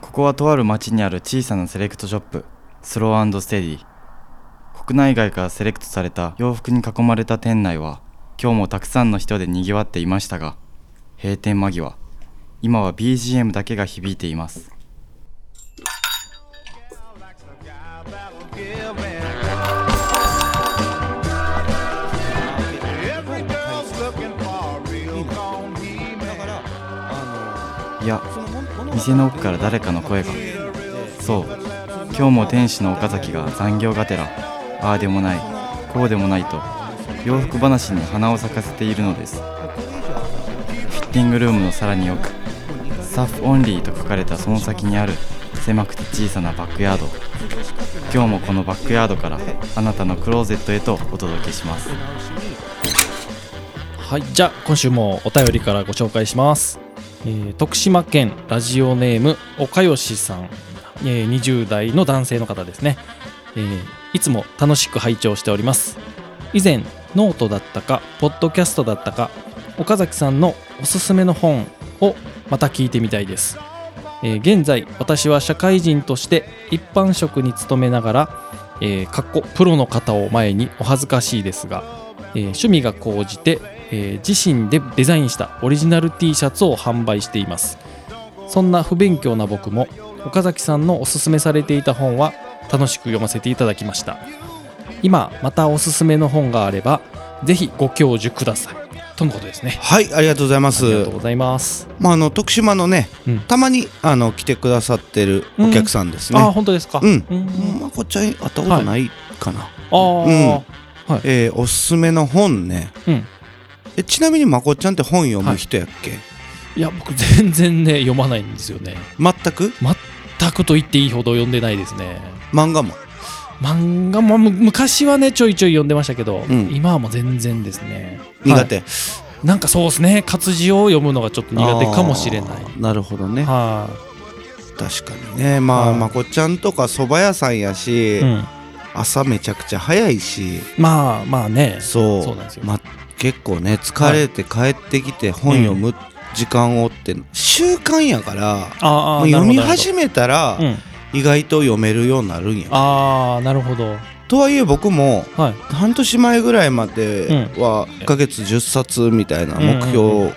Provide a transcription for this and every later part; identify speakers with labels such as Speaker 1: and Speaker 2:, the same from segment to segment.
Speaker 1: こはとある町にある小さなセレクトショップスローステディ国内外からセレクトされた洋服に囲まれた店内は今日もたくさんの人でにぎわっていましたが閉店間際今は BGM だけが響いていますいや店の奥から誰かの声がそう今日も天使の岡崎が残業がてらああでもないこうでもないと洋服話に花を咲かせているのですフィッティングルームのさらに奥スタッフオンリーと書かれたその先にある狭くて小さなバックヤード今日もこのバックヤードからあなたのクローゼットへとお届けします
Speaker 2: はいじゃあ今週もお便りからご紹介します、えー徳島県ラジオネーム岡吉さん、えー20代の男性の方ですね、えーいつも楽しく拝聴しております以前ノートだったかポッドキャストだったか岡崎さんのおすすめの本をまた聞いてみたいです、えー現在私は社会人として一般職に勤めながら、えーかっこプロの方を前にお恥ずかしいですが、えー趣味が高じて、えー自身でデザインしたオリジナル T シャツを販売していますそんな不勉強な僕も岡崎さんのおすすめされていた本は楽しく読ませていただきました今またおすすめの本があればぜひご教授くださいとのことですね
Speaker 3: はいありがとうございま
Speaker 2: ありが
Speaker 3: す
Speaker 2: とうございます、
Speaker 3: まああの徳島のね、
Speaker 2: うん
Speaker 3: たまにあの来てくださってるお客さんですね、
Speaker 2: ああ本当ですか
Speaker 3: うん
Speaker 2: うん
Speaker 3: まあこっちは会ったことないかな、
Speaker 2: ああ、
Speaker 3: えーおすすめの本ね
Speaker 2: うん
Speaker 3: えちなみにまこっちゃんって本読む人やっけ、
Speaker 2: いや僕全然ね読まないんですよね
Speaker 3: 全く
Speaker 2: 全くと言っていいほど読んでないですね
Speaker 3: 漫画も
Speaker 2: 漫画もむ昔はねちょいちょい読んでましたけど、
Speaker 3: ん
Speaker 2: 今はもう全然ですね
Speaker 3: 苦手、
Speaker 2: なんかそうですね活字を読むのがちょっと苦手かもしれない
Speaker 3: あーなるほどね
Speaker 2: は
Speaker 3: 確かにねまあ
Speaker 2: はい
Speaker 3: まこちゃんとか蕎麦屋さんやし、
Speaker 2: い、うん、
Speaker 3: 朝めちゃくちゃ早いし
Speaker 2: まあまあね
Speaker 3: そう
Speaker 2: そうなんですよ
Speaker 3: ま、結構ね疲れて帰ってきて本読む時間をって習慣やから、
Speaker 2: あーあ
Speaker 3: もう
Speaker 2: ーなる
Speaker 3: 読
Speaker 2: ほど
Speaker 3: み始めたら
Speaker 2: うん、
Speaker 3: 意外と読めるようになるんや、
Speaker 2: ああなるほどは
Speaker 3: とはいえ僕も
Speaker 2: い
Speaker 3: 半年前ぐらいまでは1ヶ月10冊みたいな目標を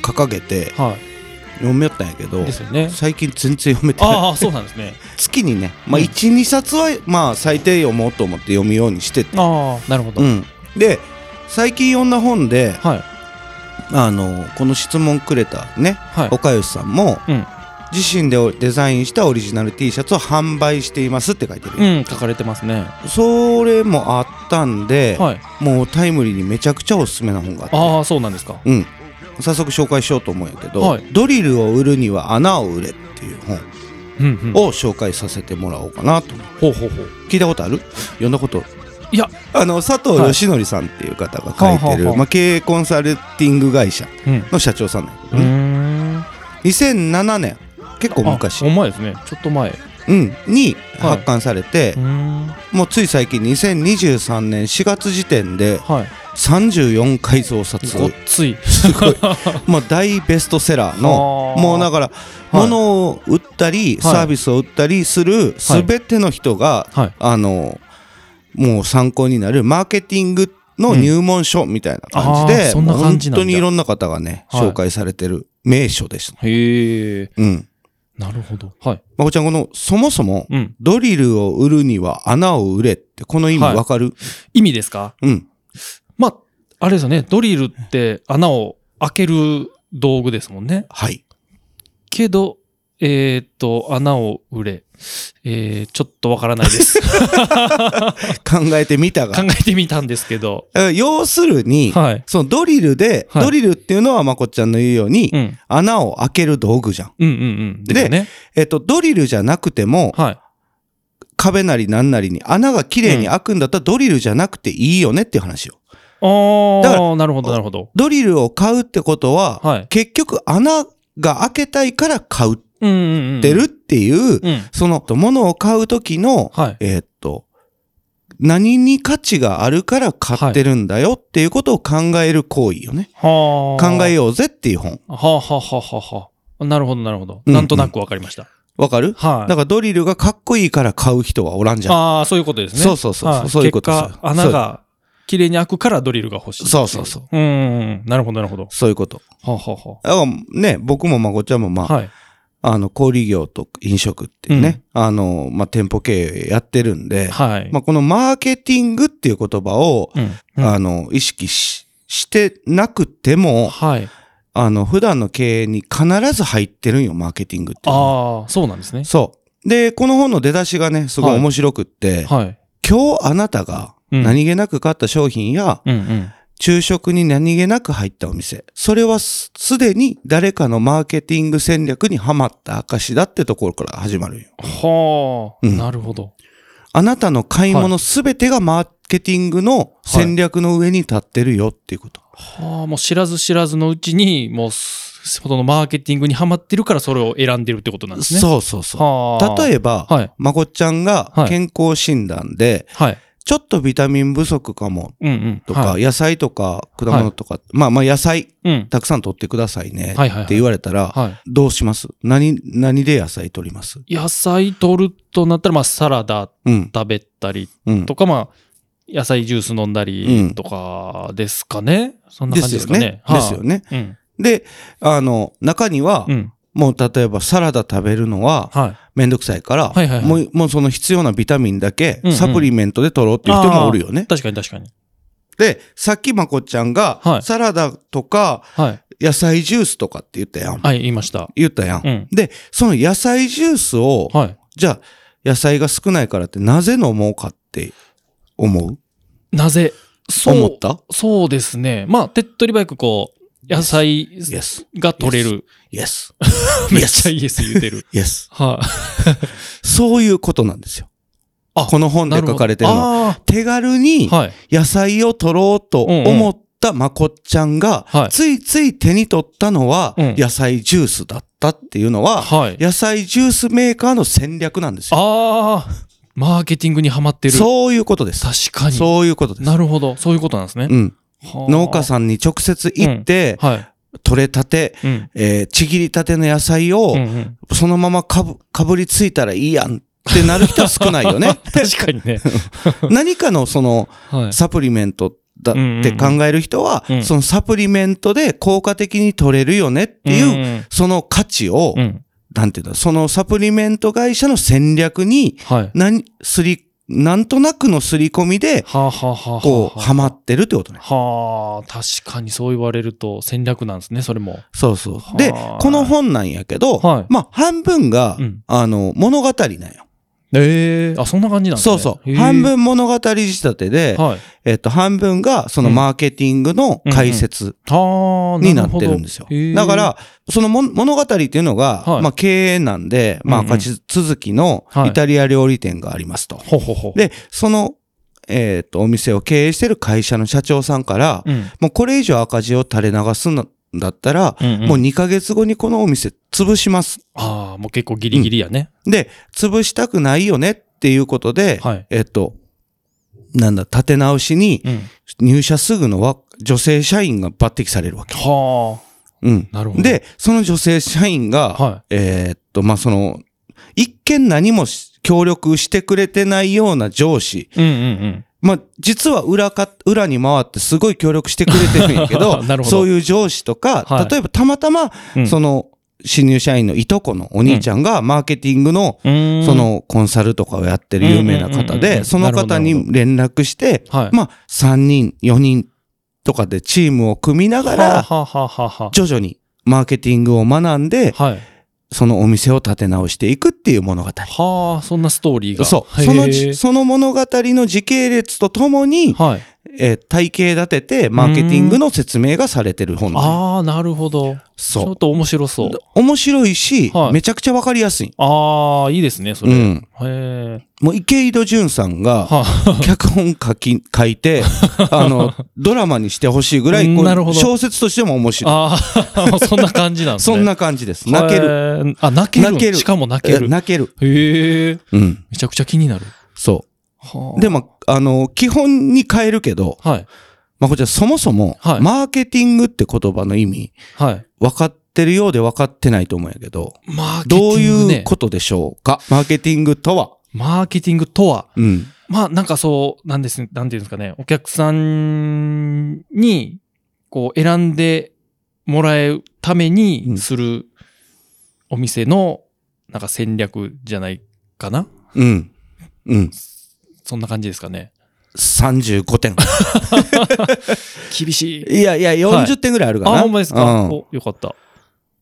Speaker 3: 掲げて
Speaker 2: は
Speaker 3: 読みよったんやけど
Speaker 2: いですよね
Speaker 3: 最近全然読めてない
Speaker 2: ああそうなんですね
Speaker 3: 月にね、まあ、
Speaker 2: うん
Speaker 3: 12冊はまあ最低読もうと思って読む ようにしてて、
Speaker 2: ああなるほど、
Speaker 3: うん、で最近読んだ本で
Speaker 2: はい
Speaker 3: あのこの質問くれたね
Speaker 2: はい
Speaker 3: 岡吉さんも、
Speaker 2: うん
Speaker 3: 自身でデザインしたオリジナル T シャツを販売していますって書いてる、
Speaker 2: うん書かれてますね
Speaker 3: それもあったんで、
Speaker 2: はい
Speaker 3: もうタイムリーにめちゃくちゃおすすめな本があって
Speaker 2: ああそうなんですか
Speaker 3: うん、早速紹介しようと思うんやけど、
Speaker 2: はい
Speaker 3: ドリルを売るには穴を売れ」っていう本
Speaker 2: うんうん
Speaker 3: を紹介させてもらおうかなと思う
Speaker 2: ほうほうほう
Speaker 3: 聞いたことある読んだこと
Speaker 2: いや
Speaker 3: あの佐藤義則さんっていう方が書
Speaker 2: は
Speaker 3: いて
Speaker 2: い
Speaker 3: る、
Speaker 2: はあはあ
Speaker 3: まあ、経営コンサルティング会社
Speaker 2: うん
Speaker 3: の社長さんなんやけ
Speaker 2: う
Speaker 3: どね
Speaker 2: ーん
Speaker 3: 2007年結構昔
Speaker 2: あほんまですねちょっと前う
Speaker 3: うん、に
Speaker 2: はい
Speaker 3: 発刊されて、
Speaker 2: ーん
Speaker 3: もうつい最近2023年4月時点で
Speaker 2: はい
Speaker 3: 34回増刷
Speaker 2: ごっつい
Speaker 3: す ごいもう大ベストセラーの
Speaker 2: あー
Speaker 3: もうだから物を売った
Speaker 2: はい
Speaker 3: りサービスを売ったりする
Speaker 2: はい
Speaker 3: 全ての人が、
Speaker 2: はい
Speaker 3: あのもう参考になるマーケティングの入門書みたいな感じ
Speaker 2: あー
Speaker 3: で、
Speaker 2: そんな
Speaker 3: もう
Speaker 2: 感
Speaker 3: 本
Speaker 2: じなんだ
Speaker 3: 当にいろんな方がね、
Speaker 2: はい
Speaker 3: 紹介されてる名所です。
Speaker 2: へえ
Speaker 3: うん。
Speaker 2: なるほどはい
Speaker 3: まこちゃん、この、そもそも、
Speaker 2: うん
Speaker 3: ドリルを売るには穴を売れって、この意味
Speaker 2: はい
Speaker 3: わかる、
Speaker 2: 意味ですか
Speaker 3: うん。
Speaker 2: まああれですよねドリルって穴を開ける道具ですもんね
Speaker 3: はい。
Speaker 2: けどえー、っと穴を売れえー、ちょっとわからないです
Speaker 3: 考えてみた
Speaker 2: 考
Speaker 3: が。
Speaker 2: えてみたんですけど
Speaker 3: え要するに、
Speaker 2: はい
Speaker 3: そのドリルで、
Speaker 2: はい
Speaker 3: ドリルっていうのはまこちゃんの言うように、
Speaker 2: うん
Speaker 3: 穴を開ける道具じゃん。
Speaker 2: うんうんうんですよね
Speaker 3: えっと、ドリルじゃなくても、
Speaker 2: はい
Speaker 3: 壁なりなんなりに穴が綺麗に開くんだったら、ドリルじゃなくていいよねっていう話よ。だか
Speaker 2: ああなるほどなるほど
Speaker 3: ドリルを買うってことは、
Speaker 2: はい
Speaker 3: 結局穴が開けたいから買うっ
Speaker 2: うんうんうん
Speaker 3: てるっていう、
Speaker 2: うん
Speaker 3: その、物を買う時の、
Speaker 2: はい
Speaker 3: えーっと、何に価値があるから買ってるんだよっていうことを考える行為よね。
Speaker 2: はあ
Speaker 3: 考えようぜっていう本。
Speaker 2: はあはあはあはあはあ。なるほど、なるほど。
Speaker 3: うんうん
Speaker 2: なんとなくわかりました。
Speaker 3: わかる
Speaker 2: は
Speaker 3: だ
Speaker 2: い。
Speaker 3: からドリルがかっこいいから買う人はおらんじゃん。
Speaker 2: ああ、そういうことですね。
Speaker 3: そうそうそうそう
Speaker 2: はい
Speaker 3: そういうことです
Speaker 2: 結果、穴が綺麗に開くからドリルが欲しい。
Speaker 3: そうそうそう。
Speaker 2: うんうんうん。なるほど、なるほど。
Speaker 3: そういうこと。
Speaker 2: はあ、はあは
Speaker 3: だからね、僕もまこちゃんもまあ、
Speaker 2: あ、はい。
Speaker 3: あの、小売業と飲食っていうね、あの、まあ、店舗経営やってるんで、
Speaker 2: はい。
Speaker 3: まあ、このマーケティングっていう言葉を、
Speaker 2: うんうん
Speaker 3: あの、意識し、してなくても、
Speaker 2: はい。
Speaker 3: あの、普段の経営に必ず入ってるんよ、マーケティングっていうのは
Speaker 2: ああ、そうなんですね。
Speaker 3: そう。で、この本の出だしがね、すごい
Speaker 2: はい
Speaker 3: 面白くって、
Speaker 2: はい。
Speaker 3: 今日あなたが
Speaker 2: うん
Speaker 3: 何気なく買った商品や、
Speaker 2: うんうん。
Speaker 3: 昼食に何気なく入ったお店、それはすすでに誰かのマーケティング戦略にはまった証だってところから始まるんよ。
Speaker 2: はあ、
Speaker 3: うん
Speaker 2: なるほど。
Speaker 3: あなたの買い物すべてがマーケティングの戦略の上に立ってるよっていうこと。
Speaker 2: はあ、もう知らず知らずのうちに、もう、そのマーケティングにはまってるから、それを選んでるってことなんですね。
Speaker 3: そうそうそう。
Speaker 2: はあ。
Speaker 3: 例
Speaker 2: え
Speaker 3: えば、
Speaker 2: はい
Speaker 3: まこっちゃんが
Speaker 2: はい
Speaker 3: 健康診断で、
Speaker 2: はい。
Speaker 3: ちょっとビタミン不足かも
Speaker 2: うんうん。
Speaker 3: とか、
Speaker 2: はい、
Speaker 3: 野菜とか果物とか、まあまあ野菜
Speaker 2: うん。
Speaker 3: たくさん取ってくださいね
Speaker 2: はいはいはい
Speaker 3: って言われたら、
Speaker 2: はい。
Speaker 3: どうします何、何で野菜取ります
Speaker 2: 野菜取るとなったら、まあ、サラダ
Speaker 3: うん、
Speaker 2: 食べたり
Speaker 3: うん。
Speaker 2: とか、まあ、野菜ジュース飲んだ
Speaker 3: う
Speaker 2: り
Speaker 3: ん
Speaker 2: とかですかね。そんな
Speaker 3: で
Speaker 2: 感じ
Speaker 3: す
Speaker 2: で
Speaker 3: よ
Speaker 2: すかね
Speaker 3: ね。。ですよ
Speaker 2: ね。
Speaker 3: ね。
Speaker 2: うん。
Speaker 3: で、あの、中には、
Speaker 2: うん。
Speaker 3: もう例えばサラダ食べるのは、
Speaker 2: はい。
Speaker 3: めんどくさいから、
Speaker 2: はいはいはい
Speaker 3: もうもうその必要なビタミンだけ
Speaker 2: うんうん
Speaker 3: サプリメントで取ろうっていう人もおるよね。
Speaker 2: 確かに確かに。
Speaker 3: で、さっきまこっちゃんが、
Speaker 2: はい
Speaker 3: サラダとか
Speaker 2: はい。
Speaker 3: 野菜ジュースとかって言ったやん。
Speaker 2: はい、言いました。
Speaker 3: 言ったやん,、
Speaker 2: うん
Speaker 3: で、その野菜ジュースを、
Speaker 2: はい。
Speaker 3: じゃあ野菜が少ないからってなぜ飲もうかって思う
Speaker 2: なぜそう
Speaker 3: 思った
Speaker 2: そうですね。まあ、手っ取り早くこう、野菜
Speaker 3: ?Yes,
Speaker 2: が取れる。
Speaker 3: yes,
Speaker 2: めっちゃイエス言うて る。
Speaker 3: yes.
Speaker 2: は
Speaker 3: そういうことなんですよ。
Speaker 2: あ
Speaker 3: この
Speaker 2: い。
Speaker 3: 本で書かれてるのは。
Speaker 2: あ
Speaker 3: 手軽に
Speaker 2: ーはい。
Speaker 3: 野菜を取ろうと思ったまこっちゃんが、
Speaker 2: はい
Speaker 3: ついつい手に取ったのは
Speaker 2: うん
Speaker 3: 野菜ジュースだったっていうのは、
Speaker 2: はい。
Speaker 3: 野菜ジュースメーカーの戦略なんですよ。
Speaker 2: ああ、マーケティングにはまってる。
Speaker 3: そういうことです。
Speaker 2: 確かに。
Speaker 3: そういうことです。
Speaker 2: なるほど。そういうことなんですね
Speaker 3: う。ん、
Speaker 2: はあ
Speaker 3: 農家さんに直接行って、
Speaker 2: はい。
Speaker 3: 取れたて、
Speaker 2: うん。
Speaker 3: えーちぎりたての野菜を
Speaker 2: うんうん
Speaker 3: そのままかぶかぶりついたらいいやんってなる人は少ないよね。
Speaker 2: 確かにね。
Speaker 3: 何かのその
Speaker 2: はい。
Speaker 3: サプリメントだって考える人は、
Speaker 2: うんうんうんうん
Speaker 3: そのサプリメントで効果的に取れるよねっていう、
Speaker 2: うん
Speaker 3: その価値を、
Speaker 2: うん。うん
Speaker 3: なんていうんだ、そのサプリメント会社の戦略に、
Speaker 2: はい。
Speaker 3: 何、すり、なんとなくのすり込みで、
Speaker 2: はあ、はあはあ
Speaker 3: こう、はまってるってことね。
Speaker 2: はあ、確かにそう言われると戦略なんですね、それも。
Speaker 3: そうそう。で、
Speaker 2: はあ
Speaker 3: この本なんやけど、
Speaker 2: はい
Speaker 3: まあ、半分が、
Speaker 2: うん
Speaker 3: あの、物語なんよ。
Speaker 2: ええあ、そんな感じなんです
Speaker 3: そ
Speaker 2: ね。
Speaker 3: うそう。
Speaker 2: へえ
Speaker 3: 半分物語仕立てで、
Speaker 2: はい。
Speaker 3: えっと、半分が、そのマーケティングの解説。
Speaker 2: はあ、
Speaker 3: になってるんですよ
Speaker 2: ほどへ。え
Speaker 3: だから、そのも物語っていうのが、
Speaker 2: はい
Speaker 3: まあ経営なんで、まあ
Speaker 2: うんうん
Speaker 3: 勝ち続きの
Speaker 2: はい
Speaker 3: イタリア料理店がありますと。
Speaker 2: ほうほうほう。
Speaker 3: で、その、えっ、と、お店を経営してる会社の社長さんから、
Speaker 2: うん、
Speaker 3: もうこれ以上赤字を垂れ流すんだったら、
Speaker 2: うんうん
Speaker 3: もう2ヶ月後にこのお店潰します。
Speaker 2: ああ、もう結構ギリギリやね。
Speaker 3: で、潰したくないよねっていうことで、
Speaker 2: はい
Speaker 3: えっ、と、なんだ、立て直しに
Speaker 2: うん。
Speaker 3: 入社すぐのわ女性社員が抜擢されるわけ。
Speaker 2: は
Speaker 3: うん。
Speaker 2: なるほど
Speaker 3: で、その女性社員が、
Speaker 2: は
Speaker 3: えーっと、まあ、その、一見何もし協力してくれてないような上司。
Speaker 2: あ。うんうん
Speaker 3: まあ、実は裏か、裏に回ってすごい協力してくれてるんやけど、
Speaker 2: なるほど
Speaker 3: そういう上司とか、
Speaker 2: はい
Speaker 3: 例えばたまたま、
Speaker 2: うん。
Speaker 3: その、新入社員のいとこのお兄ちゃんがマーケティングの、
Speaker 2: うーん
Speaker 3: そ、のコンサルとかをやってる有名な方
Speaker 2: うんうんうんうん
Speaker 3: で、その方
Speaker 2: なるほ
Speaker 3: に連絡して、
Speaker 2: はい。
Speaker 3: まあ、3人、4人とかでチームを組みながら、
Speaker 2: はあ、はあはあは
Speaker 3: 徐々にマーケティングを学んで、
Speaker 2: あ、はい。
Speaker 3: そのお店を立て直していくっていう物語。
Speaker 2: はあ、そんなストーリーが。
Speaker 3: そう。
Speaker 2: へえ
Speaker 3: そのじ、その物語の時系列とともに、
Speaker 2: はい。
Speaker 3: えー体系立てて、マーケティングの説明がされてる本なんよ
Speaker 2: ああ、なるほど。ちょ
Speaker 3: そ
Speaker 2: っと面白そう
Speaker 3: う。。面白いし、
Speaker 2: はい
Speaker 3: めちゃくちゃわかりやすい。
Speaker 2: ああ、いいですね、そうれ。
Speaker 3: ん。
Speaker 2: へえ。
Speaker 3: もう池井戸潤さんが、
Speaker 2: はあ、
Speaker 3: 脚本書き、書い て、あの、ドラマにしてほしいぐらい、こ
Speaker 2: なるほ
Speaker 3: う
Speaker 2: ど
Speaker 3: 小説としても面白い。
Speaker 2: ああ、もうそんな感じなんです
Speaker 3: そ
Speaker 2: ね。
Speaker 3: んな感じです。泣ける。
Speaker 2: る。あ、泣ける。
Speaker 3: 泣ける
Speaker 2: しかも泣ける。
Speaker 3: 泣ける。
Speaker 2: へえ。
Speaker 3: うん。
Speaker 2: めちゃくちゃ気になる。
Speaker 3: そ
Speaker 2: は
Speaker 3: う。でも、あの、基本に変えるけど、
Speaker 2: はい。
Speaker 3: まあ、こちらそもそも、
Speaker 2: はい
Speaker 3: マーケティングって言葉の意味、
Speaker 2: はい。
Speaker 3: 分かっってるようで分かってないと思うんやけど、
Speaker 2: マーケテ
Speaker 3: どう
Speaker 2: ィング
Speaker 3: い
Speaker 2: ね
Speaker 3: う。ことでしょうかマーケティングとは
Speaker 2: マーケティングとは、
Speaker 3: うん。
Speaker 2: まあなんかそう、なんです、なんていうんですかね、お客さんに、こう選んでもらうため
Speaker 3: う
Speaker 2: に
Speaker 3: ん
Speaker 2: するお店の、なんか戦略じゃないかな
Speaker 3: うん。うん。
Speaker 2: そんな感じですかね。
Speaker 3: 35点。
Speaker 2: 厳しい。
Speaker 3: いやいや、40点ぐらいあるかな。
Speaker 2: あ、ほんまですか、
Speaker 3: うん
Speaker 2: お、よかった。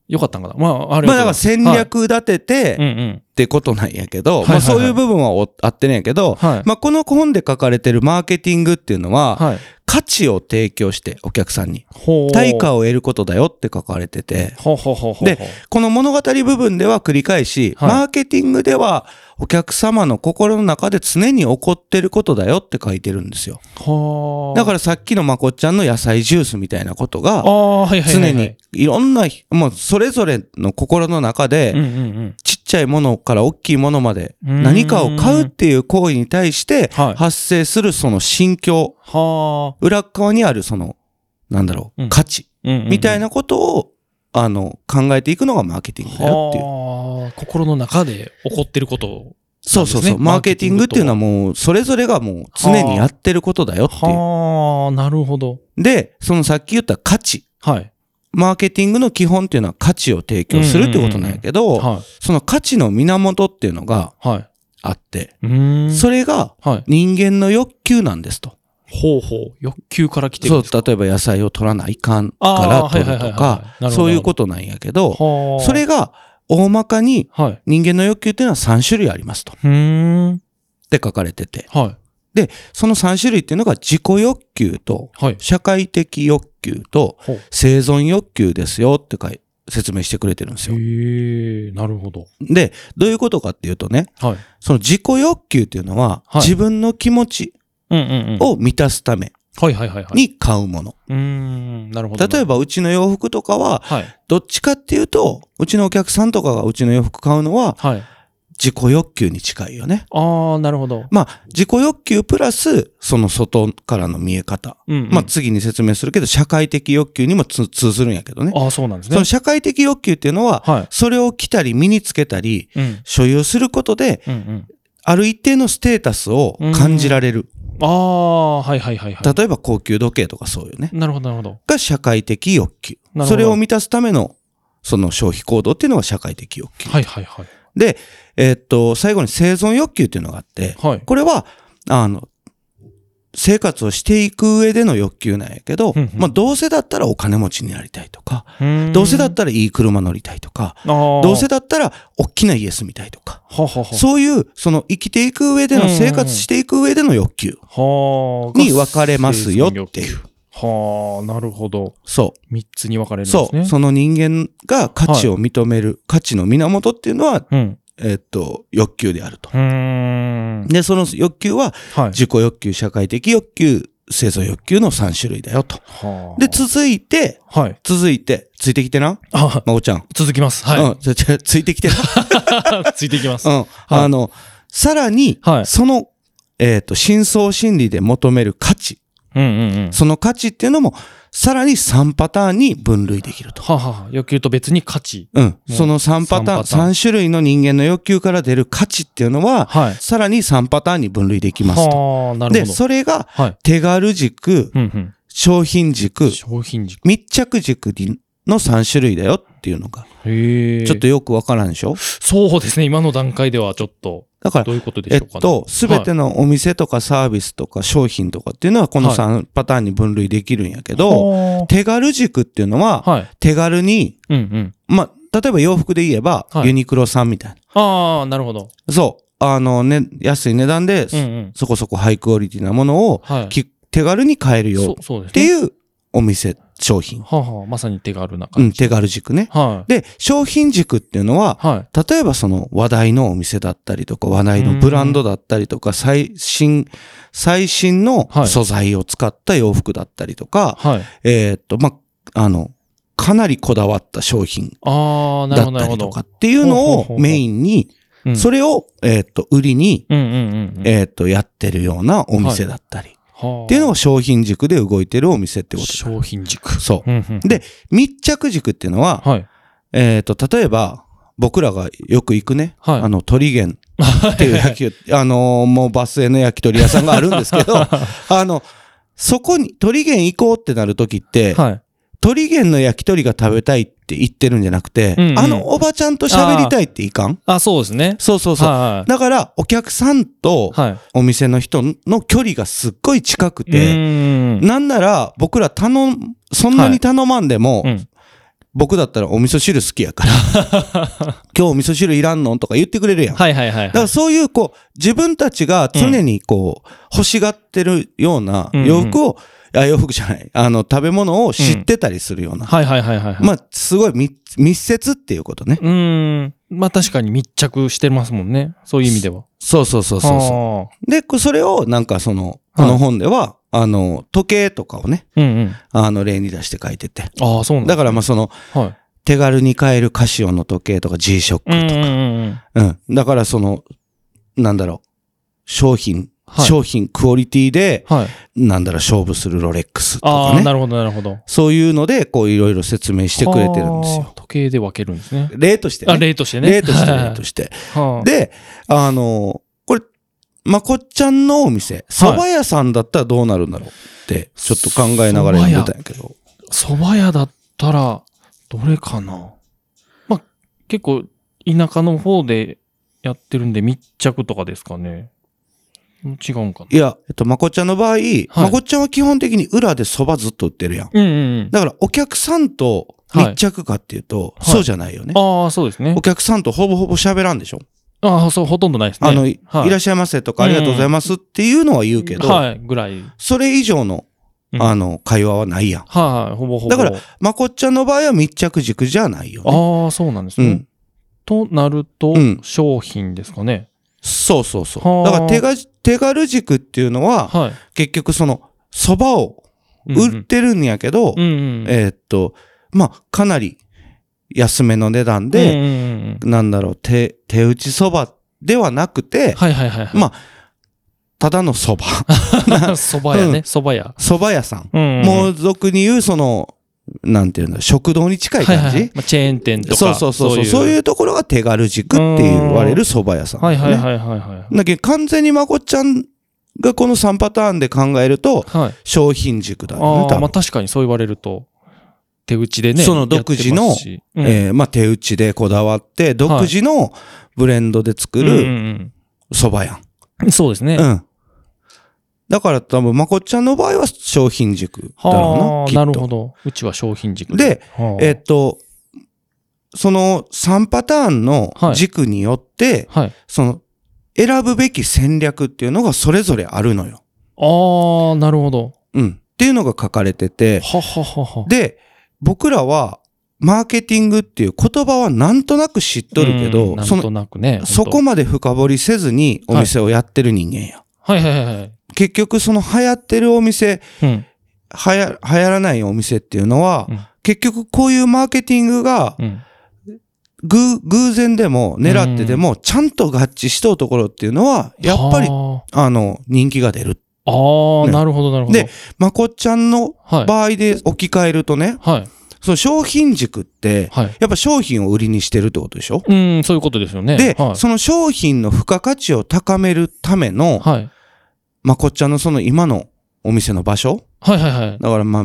Speaker 2: よかったんかなまあ、あれ
Speaker 3: まあだから戦略立てて
Speaker 2: うんうん。
Speaker 3: ってことなんやけど、
Speaker 2: い
Speaker 3: ま
Speaker 2: はい
Speaker 3: あそういう部分はお合ってねんやけど、
Speaker 2: はい。
Speaker 3: まあこの本で書かれてるマーケティングっていうのは、
Speaker 2: はい。
Speaker 3: 価値を提供してお客さんに、
Speaker 2: ほう
Speaker 3: 対価を得ることだよって書かれてて、
Speaker 2: ほうほうほうほうほう。
Speaker 3: でこの物語部分では繰り返し、
Speaker 2: はい
Speaker 3: マーケティングではお客様の心の中で常に起こってることだよって書いてるんですよ。
Speaker 2: はあ。、
Speaker 3: だかららさっきのまこっちゃんの野菜ジュースみたいなことが
Speaker 2: あ、あ、はいはいは
Speaker 3: 常
Speaker 2: い、はい
Speaker 3: に。いろんな、もうそれぞれの心の中で、
Speaker 2: うんうんうん。
Speaker 3: ちっちゃいものから大きいものまで
Speaker 2: うーん
Speaker 3: 何かを買うっていう行為に対して
Speaker 2: はい
Speaker 3: 発生するその心境、
Speaker 2: はあ。
Speaker 3: 裏側にあるその、なんだろ
Speaker 2: う
Speaker 3: う、
Speaker 2: ん
Speaker 3: 価値
Speaker 2: うん、うん。
Speaker 3: みたいなことを、あの、考えていくのがマーケティングだよっていう。
Speaker 2: はあ。心の中で起こってることを。
Speaker 3: そうそ
Speaker 2: な
Speaker 3: う
Speaker 2: ん
Speaker 3: そ
Speaker 2: で
Speaker 3: う。
Speaker 2: すね
Speaker 3: マーケティングっていうのはもう、それぞれがもう常にやってることだよっていう。
Speaker 2: はあ、なるほど。
Speaker 3: で、そのさっき言った価値。
Speaker 2: はい。
Speaker 3: マーケティングの基本っていうのは価値を提供するってことなんやけど、
Speaker 2: は
Speaker 3: その価値の源っていうのが
Speaker 2: い。はい。
Speaker 3: あって、
Speaker 2: うーん。
Speaker 3: それが
Speaker 2: はい。
Speaker 3: 人間の欲求なんですと。
Speaker 2: ほうほう。欲求から来てる
Speaker 3: そ
Speaker 2: ん
Speaker 3: う
Speaker 2: ですか、
Speaker 3: 例えば野菜を取らないかん
Speaker 2: あー
Speaker 3: から取る
Speaker 2: はいはい
Speaker 3: と
Speaker 2: はいはいなるほど、
Speaker 3: かそういうことなんやけど、
Speaker 2: はあ。
Speaker 3: それ、が大まかに
Speaker 2: はい。う
Speaker 3: 人間の欲求っていうのは3種類ありますと。っ
Speaker 2: ーん。
Speaker 3: て書かれてて。
Speaker 2: は
Speaker 3: その3種類っていうのが自己欲求と
Speaker 2: い。はい。
Speaker 3: 社会的欲求と
Speaker 2: ほう。
Speaker 3: 生存欲求ですよって書い説明してくれてるんです
Speaker 2: へ
Speaker 3: よ。
Speaker 2: え、なるほど。
Speaker 3: で、どういうことかっていうとね、
Speaker 2: はい。
Speaker 3: その自己欲求っていうのは
Speaker 2: はい
Speaker 3: 自分の気持ち
Speaker 2: うんうんうん。
Speaker 3: を満たすため
Speaker 2: はいはいはいはい。
Speaker 3: に買うもの。
Speaker 2: うーん、なるほど。
Speaker 3: 例え、ばうちの洋服とかは
Speaker 2: はい。
Speaker 3: どっちかっていうと、うちのお客さんとかがうちの洋服買うのは
Speaker 2: はい。
Speaker 3: 自己欲求に近いよね。
Speaker 2: ああ、なるほど。
Speaker 3: まあ、自己欲求プラス、その外からの見え方。
Speaker 2: うん、うん。
Speaker 3: まあ、次に説明するけど、社会的欲求にもつ通ずるんやけどね。
Speaker 2: ああ、そうなんです
Speaker 3: そ
Speaker 2: ね
Speaker 3: の。社会的欲求っていうのは、
Speaker 2: はい。
Speaker 3: それを着たり身につけたり、
Speaker 2: うん。
Speaker 3: 所有することで、
Speaker 2: うんうん。
Speaker 3: ある一定のステータスを感じられる。
Speaker 2: ああ、はいはいはいはい。
Speaker 3: 例えば高級時計とかそういうね。
Speaker 2: なるほどなるほど。
Speaker 3: が社会的欲求
Speaker 2: なるほ。ど
Speaker 3: それを満たすための、その消費行動っていうのが社会的欲求。
Speaker 2: はいはいはい。
Speaker 3: で、えっと、最後に生存欲求っていうのがあって、
Speaker 2: はい。
Speaker 3: これは、あの、生活をしていく上での欲求なんやけど
Speaker 2: うんうん、
Speaker 3: まあ、どうせだったらお金持ちになりたいとか、
Speaker 2: うーん
Speaker 3: どうせだったらいい車乗りたいとか、
Speaker 2: あー
Speaker 3: どうせだったら大きな家住みたいとか、
Speaker 2: ははは
Speaker 3: そういう、その生きていく上で
Speaker 2: う
Speaker 3: の
Speaker 2: んうん
Speaker 3: 生活していく上での欲求
Speaker 2: はあ
Speaker 3: に分かれますよっていう。
Speaker 2: はあ、なるほど。
Speaker 3: そ
Speaker 2: 三つに分かれ
Speaker 3: う。
Speaker 2: るんで
Speaker 3: そ
Speaker 2: す
Speaker 3: う。
Speaker 2: ね。
Speaker 3: その人間が価値を認める、価値の源っていうのは、
Speaker 2: う。うん。
Speaker 3: えっと、欲求であると
Speaker 2: う。ーん。
Speaker 3: で、その欲求は、
Speaker 2: はい。
Speaker 3: 自己欲求、社会的欲求、生存欲求の3種類だよと。
Speaker 2: はあ
Speaker 3: で、続いて、
Speaker 2: はい。
Speaker 3: 続いて、ついてきてな、
Speaker 2: あ
Speaker 3: まこちゃん。
Speaker 2: 続きます。は
Speaker 3: うん、ちょちょついてきてな。
Speaker 2: い。 ついていきます。
Speaker 3: うん。あの、さらに、
Speaker 2: はい
Speaker 3: その、えっ、と、深層心理で求める価値。
Speaker 2: うんうんうん。
Speaker 3: その価値っていうのも、さらに3パターンに分類できると。
Speaker 2: はあはあはあ、欲求と別に価値。
Speaker 3: うん。その3パターン、
Speaker 2: 三パターン
Speaker 3: 3種類の人間の欲求から出る価値っていうのは、
Speaker 2: はい。
Speaker 3: さらに3パターンに分類できますと。
Speaker 2: はあ、なる
Speaker 3: で、
Speaker 2: ほど。
Speaker 3: それが、
Speaker 2: はい。
Speaker 3: 手軽軸、
Speaker 2: うんうん。
Speaker 3: 商品軸、
Speaker 2: 商品軸。
Speaker 3: 密着軸の3種類だよっていうのが、
Speaker 2: へえ。
Speaker 3: ちょっとよくわからんでしょ
Speaker 2: そうですね。今の段階ではちょっと、
Speaker 3: だから
Speaker 2: ど、ういうことで
Speaker 3: え
Speaker 2: し
Speaker 3: っ
Speaker 2: ょうか、ね。
Speaker 3: と、すべてのお店とかサービスとか商品とかっていうのはこの
Speaker 2: はい
Speaker 3: 3パターンに分類できるんやけど、
Speaker 2: は
Speaker 3: 手軽軸っていうの
Speaker 2: あ、
Speaker 3: は、
Speaker 2: はい。
Speaker 3: 手軽に、
Speaker 2: うんうん。
Speaker 3: まあ、例えば洋服で言えば、
Speaker 2: はい
Speaker 3: ユニクロさんみたい
Speaker 2: ああ、なるほど。
Speaker 3: な。そう。あのね、安い値段で、
Speaker 2: うんうん。
Speaker 3: そこそこハイクオリティなものを、
Speaker 2: はい。
Speaker 3: き手軽に買えるよ
Speaker 2: そうそうで
Speaker 3: っ
Speaker 2: す
Speaker 3: て
Speaker 2: ね。
Speaker 3: いうお店、商品。
Speaker 2: はあはあ、まさに手軽な
Speaker 3: う
Speaker 2: 感
Speaker 3: ん、
Speaker 2: じ。
Speaker 3: 手軽軸ね。
Speaker 2: はい。
Speaker 3: で、商品軸っていうのは、
Speaker 2: はい。
Speaker 3: 例えばその話題のお店だったりとか話題のブランドだったりとか最新、最新の
Speaker 2: はい
Speaker 3: 素材を使った洋服だったりとか、
Speaker 2: はい。
Speaker 3: えーっと、ま、あの、かなりこだわった商品
Speaker 2: ああ、なる
Speaker 3: だ
Speaker 2: ほ
Speaker 3: っ
Speaker 2: ど、な
Speaker 3: た
Speaker 2: るほ
Speaker 3: り
Speaker 2: ど
Speaker 3: と。かっていうの
Speaker 2: ほうほうほう
Speaker 3: を
Speaker 2: ほう
Speaker 3: メインに、
Speaker 2: うん
Speaker 3: それを、えーっと、売りに、
Speaker 2: うんうんうんうん。
Speaker 3: えーっと、やってるようなお店だったり、
Speaker 2: はあ
Speaker 3: っていうのが商品軸で動いてるお店ってこと。
Speaker 2: 商品軸。
Speaker 3: そう
Speaker 2: うんうん。
Speaker 3: で、密着軸っていうのは、
Speaker 2: はい。
Speaker 3: えっ、と、例えば、僕らがよく行くね、
Speaker 2: はい
Speaker 3: あの、鳥源っていう焼き、あのーもうバスへの焼き鳥屋さんがあるんです けど、あの、そこに、鳥源行こうってなるときって、
Speaker 2: はい。
Speaker 3: 鳥源の焼き鳥が食べたいって言ってるんじゃなくて、
Speaker 2: うんうん
Speaker 3: あのおばちゃんと喋りたいっていかん
Speaker 2: あ、そうですね。
Speaker 3: そうそうそう。
Speaker 2: はい
Speaker 3: だから、お客さんと
Speaker 2: はい。はい。
Speaker 3: お店の人の距離がすっごい近く
Speaker 2: うー
Speaker 3: て、
Speaker 2: ん
Speaker 3: なんなら僕ら頼ん、そんなに頼まんでも、
Speaker 2: うん。
Speaker 3: 僕だったらお味噌汁好き やから、今日お味噌汁いらんのとか言ってくれるやん。
Speaker 2: はいはいはい
Speaker 3: だか
Speaker 2: はい。
Speaker 3: らそういうこう、自分たちが常にこう、欲しがってるような
Speaker 2: うんうん
Speaker 3: 洋服を、あ洋服じゃない、あの、食べ物を知ってたりするような。
Speaker 2: はいはいはいはいはい。
Speaker 3: まあ、すごい密密接っていうことね。
Speaker 2: うーん。まあ確かに密着してますもんね。そういう意味では。
Speaker 3: そうそうそうそうそ。
Speaker 2: そう
Speaker 3: で、こそれをなんかその、
Speaker 2: は
Speaker 3: こ
Speaker 2: い
Speaker 3: の本では、あの、時計とかをね、
Speaker 2: う。うんうん。
Speaker 3: あの、例に出して書いてて。
Speaker 2: ああ、そうなん
Speaker 3: だからまあその、
Speaker 2: ら、はい。
Speaker 3: 手軽に買えるカシオの時計とか G-SHOCK と
Speaker 2: う
Speaker 3: か。
Speaker 2: んうんうん。
Speaker 3: うん。だからその、なんだろう、商品、
Speaker 2: はい
Speaker 3: 商品、クオリティで、
Speaker 2: はい。
Speaker 3: なんだろう、勝負するロレックスと
Speaker 2: ああ、
Speaker 3: か
Speaker 2: な
Speaker 3: ね。
Speaker 2: るほどなるほど。
Speaker 3: そういうので、こういろいろ説明してくれてるんです
Speaker 2: は
Speaker 3: よ。
Speaker 2: あ。時計で分けるんですね。
Speaker 3: 例として
Speaker 2: あ、
Speaker 3: ね。
Speaker 2: 例としてね。
Speaker 3: 例とし
Speaker 2: は
Speaker 3: て、
Speaker 2: いはい
Speaker 3: 例として。
Speaker 2: はあ
Speaker 3: で、あの、これ、まこっちゃんのお店、蕎麦屋さんだったらどうなるんだろうって、ちょっと考えながら読んでたんやけど。
Speaker 2: 蕎麦屋だったら、どれかなまあ、結構、田舎の方でやってるんで、密着とかですかね。違うんかない
Speaker 3: や、えっと、まこっちゃんの場合、まこっちゃんは基本的に裏で蕎麦ずっと売ってるやん。
Speaker 2: うんうん
Speaker 3: だから、お客さんと密着かっていうと、
Speaker 2: はい
Speaker 3: そうじゃないよね。
Speaker 2: うん。ああ、そうですね
Speaker 3: お。客さんとほぼほぼ喋らんでしょ、
Speaker 2: ああ、そう、ほとんどないですね。
Speaker 3: あの、、
Speaker 2: はい
Speaker 3: らっしゃいませとかありがとうございますっていうのは言うけど、
Speaker 2: はい、ぐらい。はい
Speaker 3: それ以上の、
Speaker 2: うん
Speaker 3: あの、会話はないやん。
Speaker 2: はい、ほぼほぼ。
Speaker 3: だから、まこっちゃんの場合は密着軸じゃないよ、ね。
Speaker 2: ああ、そうなんです
Speaker 3: う
Speaker 2: ね。
Speaker 3: ん。
Speaker 2: となると、
Speaker 3: うん
Speaker 2: 商品ですかね。
Speaker 3: そうそうそ
Speaker 2: は
Speaker 3: う。
Speaker 2: あ
Speaker 3: だから手が、手軽軸っていうのは、
Speaker 2: はい。
Speaker 3: 結局その、蕎麦を
Speaker 2: うんうん
Speaker 3: 売ってるんやけど、
Speaker 2: うんうん。
Speaker 3: えーっと、まあ、かなり安めの値段
Speaker 2: うん
Speaker 3: で、
Speaker 2: うんうん、
Speaker 3: なんだろう、手、手打ち蕎麦ではなくて、
Speaker 2: はいはいはいはい。
Speaker 3: まただの蕎麦。
Speaker 2: あ、 蕎麦屋ね、蕎麦屋。
Speaker 3: 蕎麦屋さん。
Speaker 2: うん、うん。
Speaker 3: もう俗に言う、その、なんていうんだ、食堂に近い
Speaker 2: はいは
Speaker 3: 感
Speaker 2: いはい
Speaker 3: じ。
Speaker 2: まあ、チェーン店とか。
Speaker 3: そうそうそうそう。そういうところが手軽軸って言われる蕎麦屋さん。
Speaker 2: はいはい
Speaker 3: ね
Speaker 2: はいはいはい。
Speaker 3: だけど完全にまこっちゃんがこの3パターンで考えると、
Speaker 2: はい。
Speaker 3: 商品軸だよね、
Speaker 2: ああ、
Speaker 3: 多
Speaker 2: まあ
Speaker 3: 分。
Speaker 2: 確かにそう言われると、手打ちでね。
Speaker 3: その独自の
Speaker 2: やってますしうん
Speaker 3: えーまあ手打ちでこだわって、独自のブレンドで作
Speaker 2: うん
Speaker 3: る
Speaker 2: うん
Speaker 3: 蕎麦屋
Speaker 2: うんそうですね。
Speaker 3: ん。うん。だから多分、まこっちゃんの場合は商品軸だ
Speaker 2: は
Speaker 3: ろう
Speaker 2: あ、
Speaker 3: な、
Speaker 2: な
Speaker 3: き
Speaker 2: る
Speaker 3: っと
Speaker 2: ほ。ど。うちは商品軸。
Speaker 3: で、
Speaker 2: はあ
Speaker 3: えっと、その3パターンの軸によって、
Speaker 2: はい。
Speaker 3: その選ぶべき戦略っていうのがそれぞれあるのよ。
Speaker 2: ああ、なるほど。
Speaker 3: うん。っていうのが書かれてて、
Speaker 2: はははは。
Speaker 3: で、僕らはマーケティングっていう言葉はなんとなく知っとるけ
Speaker 2: うん
Speaker 3: ど、
Speaker 2: なん
Speaker 3: そ
Speaker 2: と
Speaker 3: の、
Speaker 2: なくね。
Speaker 3: そこ
Speaker 2: 本
Speaker 3: まで深掘りせずにお店をやってる人間や。
Speaker 2: 当はいはいはいはい。
Speaker 3: 結局その流行ってるお店、
Speaker 2: うん。
Speaker 3: 流行流行らないお店っていうのは、
Speaker 2: うん
Speaker 3: 結局こういうマーケティングが、
Speaker 2: うん。
Speaker 3: ぐ偶然でも狙ってでもちゃんと合致しとうところっていうのはやっぱり
Speaker 2: は
Speaker 3: あの人気が出る。
Speaker 2: あああ、
Speaker 3: ね
Speaker 2: なるほどなるほど。
Speaker 3: で、まこっちゃんの
Speaker 2: はい。
Speaker 3: 場合で置き換えるとね、
Speaker 2: はい。
Speaker 3: その商品軸って
Speaker 2: はい。
Speaker 3: やっぱ商品を売りにしてるってことでしょ
Speaker 2: うん、そういうことですよね。
Speaker 3: で、
Speaker 2: はい。
Speaker 3: その商品の付加価値を高めるための、
Speaker 2: はい。
Speaker 3: まこっちゃんのその今のお店の場所
Speaker 2: はいはいはい。
Speaker 3: だからまあ、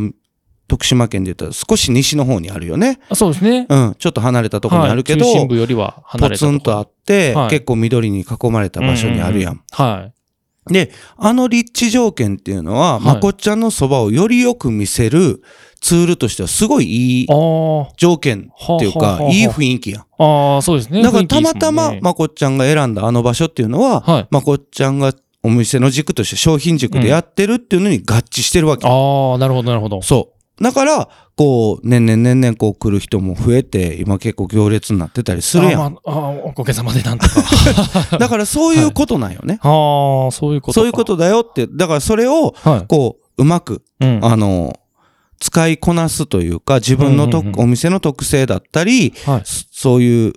Speaker 3: 徳島県で言ったら少し西の方にあるよね。
Speaker 2: あそうですね。
Speaker 3: うん、ちょっと離れたところにあるけど、
Speaker 2: はい中心部よりは離
Speaker 3: ポ
Speaker 2: れた
Speaker 3: ツンとあ
Speaker 2: あ
Speaker 3: って、
Speaker 2: はい
Speaker 3: 結構緑に囲まれた場所にあるやん。
Speaker 2: はい。
Speaker 3: で、あの立地条件っていうのは、
Speaker 2: はい
Speaker 3: まこっちゃんのそばをよりよく見せるツールとしてはすごいいい
Speaker 2: ああ。
Speaker 3: 条件っていう
Speaker 2: はあはあはあ、
Speaker 3: か
Speaker 2: はあ
Speaker 3: いい雰囲気や。
Speaker 2: ああ、そうですね。
Speaker 3: だか
Speaker 2: 雰
Speaker 3: ら
Speaker 2: 囲気いい
Speaker 3: た
Speaker 2: で
Speaker 3: ますた
Speaker 2: もん
Speaker 3: ま
Speaker 2: ね
Speaker 3: まこっちゃんが選んだあの場所っていうのは、
Speaker 2: はい。
Speaker 3: まこっちゃんがお店の軸として商品軸でやってるっていうのに合致してるわけ。
Speaker 2: ああ、なるほど、なるほど。
Speaker 3: そう。だから、こう、年々年々こう来る人も増えて、今結構行列になってたりするやん。
Speaker 2: あー、まあ、あーおかげさまでなんとか。
Speaker 3: だからそういうことなんよね。
Speaker 2: ああ、そういうことか。
Speaker 3: そういうことだよって、だからそれを、
Speaker 2: は
Speaker 3: こう、うまく
Speaker 2: い。うん。
Speaker 3: あの、使いこなすというか、自分の
Speaker 2: う
Speaker 3: と、
Speaker 2: んうんうん
Speaker 3: お店の特性だったり、
Speaker 2: はい。
Speaker 3: そそういう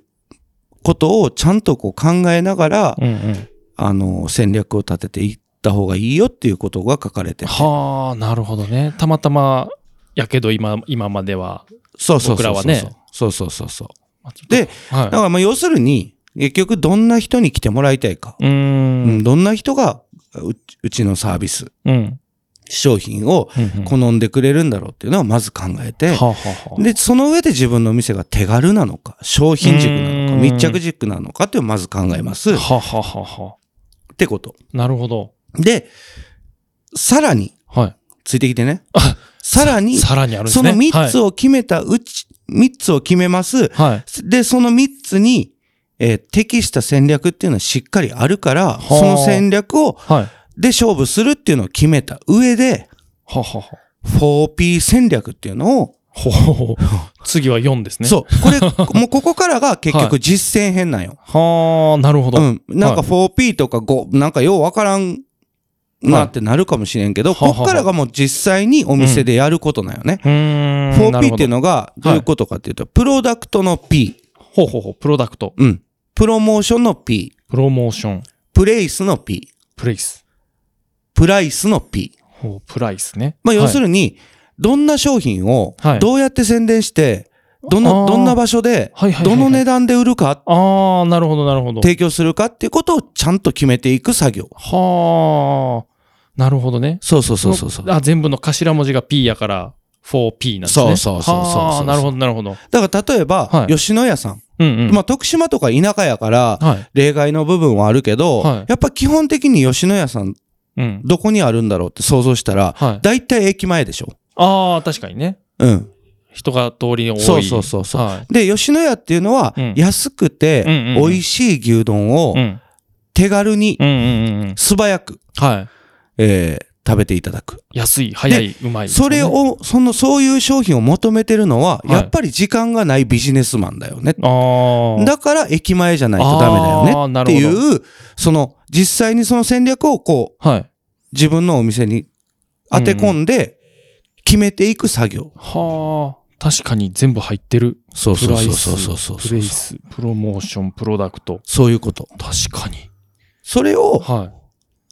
Speaker 3: ことをちゃんとこう考えながら、
Speaker 2: うんうん。
Speaker 3: あの、戦略を立てていった方がいいよっていうことが書かれてて
Speaker 2: はあ、なるほどね。たまたま、やけど今、今までは。
Speaker 3: そうそうそうそう。
Speaker 2: 僕らはね
Speaker 3: そうそうそうそう。
Speaker 2: まあちょっと
Speaker 3: で、だ
Speaker 2: は
Speaker 3: からまあ要するに、結局どんな人に来てもらいたいか。
Speaker 2: い、うー
Speaker 3: うんん、どんな人がううちのサービス、
Speaker 2: うん
Speaker 3: 商品を
Speaker 2: うん
Speaker 3: 好んでくれるんだろうっていうのはまず考えて
Speaker 2: は、あはあはあ
Speaker 3: で、その上で自分のお店が手軽なのか、商品軸なの
Speaker 2: う
Speaker 3: か、
Speaker 2: ん
Speaker 3: 密着軸なのかっていうのをまず考えます。っ
Speaker 2: はあはあはあは
Speaker 3: てこと。
Speaker 2: あなるほど
Speaker 3: で、さらに、
Speaker 2: は
Speaker 3: ついてきてね
Speaker 2: あ。
Speaker 3: さら
Speaker 2: い
Speaker 3: に、
Speaker 2: さらにあるんです
Speaker 3: そ
Speaker 2: ね
Speaker 3: の3つを決めたうち、3つを決めま
Speaker 2: は
Speaker 3: す。
Speaker 2: い、はい
Speaker 3: で、その3つに、えー適した戦略っていうのはしっかりあるから、
Speaker 2: はあ
Speaker 3: その戦略を、
Speaker 2: はいは
Speaker 3: で勝負するっていうのを決めた上で、
Speaker 2: あはあはあ
Speaker 3: 4P 戦略っていうのを、
Speaker 2: ほうほうほう 次は4ですねう
Speaker 3: そう、こ れ、もうここからが結
Speaker 2: は
Speaker 3: 局実践編なんよ。
Speaker 2: はあなるほど、
Speaker 3: うん。なん
Speaker 2: は
Speaker 3: か 4P とか5、なんかようわからんなってなるかもしれんけど、
Speaker 2: はいはあ
Speaker 3: こ
Speaker 2: はあ
Speaker 3: こからがもう実際にお店でやることなんよね。
Speaker 2: うーんなる
Speaker 3: 4P
Speaker 2: ほ
Speaker 3: っていう
Speaker 2: ど
Speaker 3: のが、どういうことかっていうと、プロダクトの P、
Speaker 2: ほうほうほうプロダクト
Speaker 3: うん。プロモーションの P、
Speaker 2: プロモーション
Speaker 3: プレイスの P、
Speaker 2: プレイス
Speaker 3: プライスの P。
Speaker 2: ほうプライスね
Speaker 3: まあ、要す
Speaker 2: に、
Speaker 3: るに、どんな商品を
Speaker 2: はい、
Speaker 3: どうやって宣伝して、ど
Speaker 2: あー
Speaker 3: の、どんな場所で
Speaker 2: はいはいはいはい、
Speaker 3: どの値段で売るか、
Speaker 2: ああなるほどなるほど
Speaker 3: 提供するかっていうことをちゃんと決めていく作業。
Speaker 2: はあなるほどね
Speaker 3: そうそうそうそうそう。
Speaker 2: あ、全部の頭文字が P やから、4P なんですね。
Speaker 3: そうそうそうそうそう
Speaker 2: はあなるほど、なるほど。
Speaker 3: だから例えば、
Speaker 2: はい
Speaker 3: 吉野家さん。
Speaker 2: うんうん。
Speaker 3: まあ、徳島とか田舎やから、
Speaker 2: はい。
Speaker 3: 例外の部分はあるけど、
Speaker 2: はい
Speaker 3: やっぱ基本的に吉野家さん、
Speaker 2: うん。
Speaker 3: どこにあるんだろうって想像したら、
Speaker 2: はい。
Speaker 3: 大体駅前でしょ。
Speaker 2: ああ、確かにね。
Speaker 3: うん。
Speaker 2: 人が通りに多い。
Speaker 3: そうそうそうそう
Speaker 2: はい。
Speaker 3: で、吉野家っていうのは
Speaker 2: うん、
Speaker 3: 安く
Speaker 2: うん
Speaker 3: て、
Speaker 2: うんうん
Speaker 3: 美味しい牛丼を
Speaker 2: う、ん。
Speaker 3: 手軽に
Speaker 2: う、んうんうんうん。
Speaker 3: 素早く、
Speaker 2: は
Speaker 3: えー食べていただく。
Speaker 2: い。安い、早い、うまい、
Speaker 3: それ。を、その、そういう商品を求めてるのは、
Speaker 2: はい
Speaker 3: やっぱり時間がないビジネスマンだよね。
Speaker 2: ああ。
Speaker 3: だから駅前じゃないとダメだ
Speaker 2: あ
Speaker 3: よ
Speaker 2: ー
Speaker 3: ね
Speaker 2: な
Speaker 3: っ
Speaker 2: る
Speaker 3: て
Speaker 2: ほど
Speaker 3: いう、その、実際にその戦略をこう、
Speaker 2: はい。
Speaker 3: 自分のお店に当て込んで、決めていく作業。
Speaker 2: はあ。確かに全部入ってる。
Speaker 3: そう
Speaker 2: プ
Speaker 3: そう
Speaker 2: ライ
Speaker 3: そう
Speaker 2: ス
Speaker 3: そうそうそう。
Speaker 2: プレイス、プロモーション、プロダクト。
Speaker 3: そういうこと。
Speaker 2: 確かに。
Speaker 3: それを、
Speaker 2: は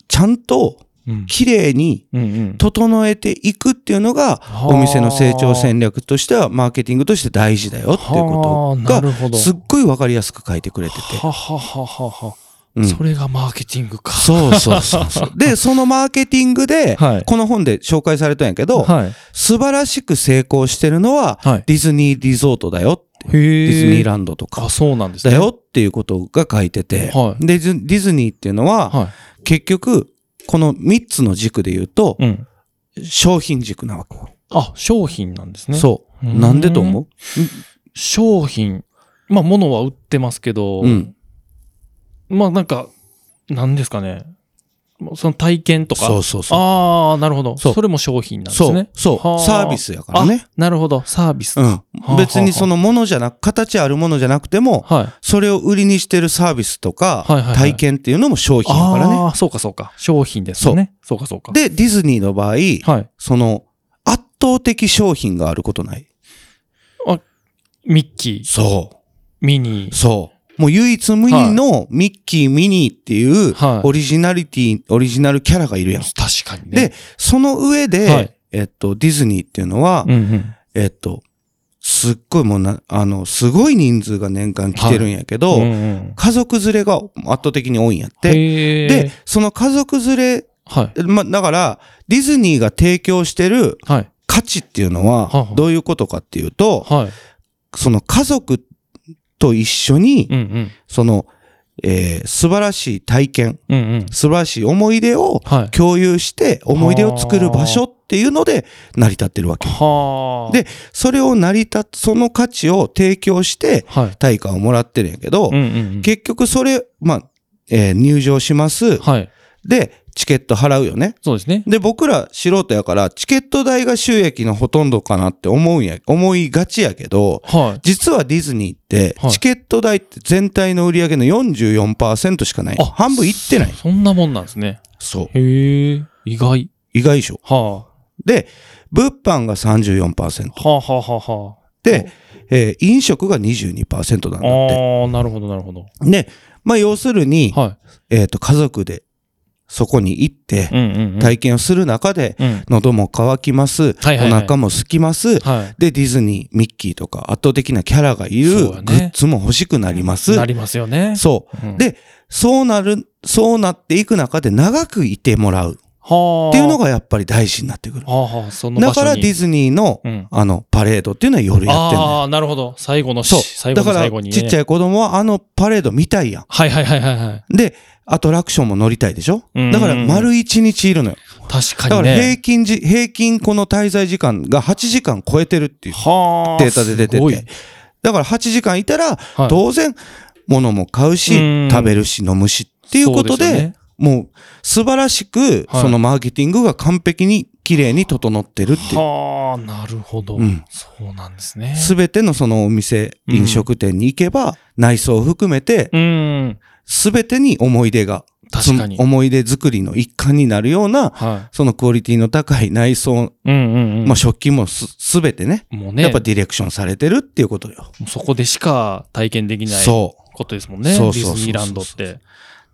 Speaker 3: ちゃんと、
Speaker 2: い。うん。
Speaker 3: 綺麗に、
Speaker 2: うんうん。
Speaker 3: 整えていくっていうのが、
Speaker 2: はあ
Speaker 3: お店の成長戦略としては、マーケティングとして大事だよっていう
Speaker 2: はあ
Speaker 3: こと
Speaker 2: なるほど
Speaker 3: が、すっごいわかりやすく書いてくれてて。
Speaker 2: ははははは。
Speaker 3: うん
Speaker 2: それがマーケティングか。
Speaker 3: そうそうそう そう。で、そのマーケティングで、
Speaker 2: はい
Speaker 3: この本で紹介されたんやけど、
Speaker 2: はい。
Speaker 3: 素晴らしく成功してるのは、
Speaker 2: はい
Speaker 3: ディズニーリゾートだよって、
Speaker 2: へ
Speaker 3: デ
Speaker 2: え。
Speaker 3: ィズニーランドと
Speaker 2: あ、
Speaker 3: か
Speaker 2: そうなんです
Speaker 3: だ
Speaker 2: ね。。
Speaker 3: よっていうことが書いてて、
Speaker 2: はい
Speaker 3: でディズディズニーっていうのは、
Speaker 2: は
Speaker 3: 結局、この3つの軸で言うと
Speaker 2: い。、うん。
Speaker 3: 商品軸なわけよ、
Speaker 2: あ、商品なんですね。
Speaker 3: そう。
Speaker 2: うん
Speaker 3: なんでと思う
Speaker 2: 商品。まあ、物は売ってますけど、
Speaker 3: うん。
Speaker 2: まあ、なんか、なんですかね。もうその体験とか。
Speaker 3: そうそうそう。
Speaker 2: ああ、なるほど。
Speaker 3: そう
Speaker 2: それも商品なんで
Speaker 3: そ
Speaker 2: すね
Speaker 3: う。。そう
Speaker 2: は。あ
Speaker 3: サービスやからね。
Speaker 2: あなるほど。サービス。
Speaker 3: う
Speaker 2: は
Speaker 3: ん。別にそのものじゃなく、形あるものじゃなくても、
Speaker 2: い。
Speaker 3: それを売りにしてるサービスとか
Speaker 2: はいはいはい、
Speaker 3: 体験っていうのも商品だからね。
Speaker 2: ああ、そうかそうか。商品ですよね。そうかそうか。
Speaker 3: で、ディズニーの場合、
Speaker 2: はい。
Speaker 3: その、圧倒的商品があることない。
Speaker 2: ミッキー、
Speaker 3: そ
Speaker 2: ミニー。
Speaker 3: そう。もう唯一無二のミッキー、ミニーっていう
Speaker 2: はい
Speaker 3: オリジナリティ、オリジナルキャラがいるやん。
Speaker 2: 確かにね。
Speaker 3: で、その上で、
Speaker 2: はい
Speaker 3: えっと、ディズニーっていうのは、
Speaker 2: うんうん。
Speaker 3: えっと、すっごいもうな、あの、すごい人数が年間来てるんやけど、
Speaker 2: うんうん
Speaker 3: 家族連れが圧倒的に多いんやって。
Speaker 2: へー
Speaker 3: で、その家族連
Speaker 2: はい。
Speaker 3: れ、ま、だから、ディズニーが提供してる
Speaker 2: はい。
Speaker 3: 価値っていうの
Speaker 2: はあは
Speaker 3: は
Speaker 2: あ、
Speaker 3: どういうことかっていうと、
Speaker 2: はい。
Speaker 3: その家族と一緒に、
Speaker 2: うんうん。
Speaker 3: その、えー素晴らしい体験、
Speaker 2: うんうん。
Speaker 3: 素晴らしい思い出を
Speaker 2: はい。
Speaker 3: 共有して、思い出を作る場所っていうので成り立ってるわけ。
Speaker 2: はあ。
Speaker 3: で、それを成り立つ、その価値を提供して、
Speaker 2: はい。
Speaker 3: 対価をもらってるんやけど、
Speaker 2: うんうんうん。
Speaker 3: 結局それ、まあ、えー入場します。
Speaker 2: はい。
Speaker 3: で、チケット払うよね。
Speaker 2: そうですね。
Speaker 3: で、僕ら素人やから、チケット代が収益のほとんどかなって思うんや、思いがちやけど、
Speaker 2: は
Speaker 3: 実はディズニーって
Speaker 2: はい、
Speaker 3: チケット代って全体の売り上げの44%しかない。
Speaker 2: あ
Speaker 3: 半分いってない
Speaker 2: い。。そんなもんなんですね。
Speaker 3: そう。
Speaker 2: へえ。意外。
Speaker 3: 意外でしょ。
Speaker 2: は
Speaker 3: で、物販が34%
Speaker 2: あ。はあはあはあは
Speaker 3: で、えー飲食が22%なん
Speaker 2: あ。
Speaker 3: だっ
Speaker 2: ああ、なるほどなるほど。
Speaker 3: て。で、まあ要するに、
Speaker 2: は
Speaker 3: えっ、と、家族でそこに行って
Speaker 2: う、んうんうん。
Speaker 3: 体験をする中で、
Speaker 2: うん。
Speaker 3: 喉も渇きま
Speaker 2: はい
Speaker 3: す、
Speaker 2: はいはい
Speaker 3: お腹も空きます、
Speaker 2: は
Speaker 3: で、ディズニー、ミッキーとか圧倒的なキャラがいる
Speaker 2: そう
Speaker 3: グ
Speaker 2: やね
Speaker 3: ッズも欲しくなります。
Speaker 2: い。なりますよね。
Speaker 3: そう。
Speaker 2: うん
Speaker 3: で、そうなる、そうなっていく中で長くいてもらう
Speaker 2: はあ。
Speaker 3: っていうの
Speaker 2: が、
Speaker 3: がやっぱり大事になってくる。
Speaker 2: はあはあ、その
Speaker 3: だ
Speaker 2: 場
Speaker 3: か
Speaker 2: 所
Speaker 3: らデ
Speaker 2: に
Speaker 3: ィズニーの、
Speaker 2: うん。
Speaker 3: あの、パレードっていうのは夜やってんのよ
Speaker 2: ああ、なるほど。最後のし、
Speaker 3: そう。
Speaker 2: 最
Speaker 3: だ
Speaker 2: 後
Speaker 3: か
Speaker 2: の
Speaker 3: ら
Speaker 2: 最後、にね。
Speaker 3: ちっちゃい子供はあのパレード見たいやん。
Speaker 2: はいはいはいはいはい。
Speaker 3: で、アトラクションも乗りたいでしょ
Speaker 2: うん
Speaker 3: だから丸一日いるのよ。
Speaker 2: 確か
Speaker 3: だか
Speaker 2: に
Speaker 3: ら平
Speaker 2: ね。
Speaker 3: 均じ、平均この滞在時間が8時間超えてるっていう
Speaker 2: はあ。
Speaker 3: データで出て
Speaker 2: すごい
Speaker 3: て。だから8時間いたら、
Speaker 2: はい
Speaker 3: 当然、物も買う
Speaker 2: うん
Speaker 3: し、食べるし、飲むしっていうこ
Speaker 2: そう
Speaker 3: と
Speaker 2: すよ
Speaker 3: で、
Speaker 2: ね
Speaker 3: もう素晴らしく、
Speaker 2: はい
Speaker 3: そのマーケティングが完璧に綺麗に整ってるっていう。
Speaker 2: はあ、なるほど、
Speaker 3: うん
Speaker 2: そうなんですね。
Speaker 3: すべてのそのお店、
Speaker 2: うん
Speaker 3: 飲食店に行けば、内装を含めて、
Speaker 2: うん。
Speaker 3: すべてに思い出が、
Speaker 2: 確かに
Speaker 3: その。思い出作りの一環になるような、
Speaker 2: は
Speaker 3: そのクオリティの高い内装、
Speaker 2: い。うんうんうん。
Speaker 3: まあ食器もすすべてね、
Speaker 2: もうね、
Speaker 3: やっぱディレクションされてるっていうことよ。
Speaker 2: そこでしか体験できない
Speaker 3: そ
Speaker 2: ことですもんね。
Speaker 3: そうそうそうそう
Speaker 2: ディズニーランドって。
Speaker 3: う。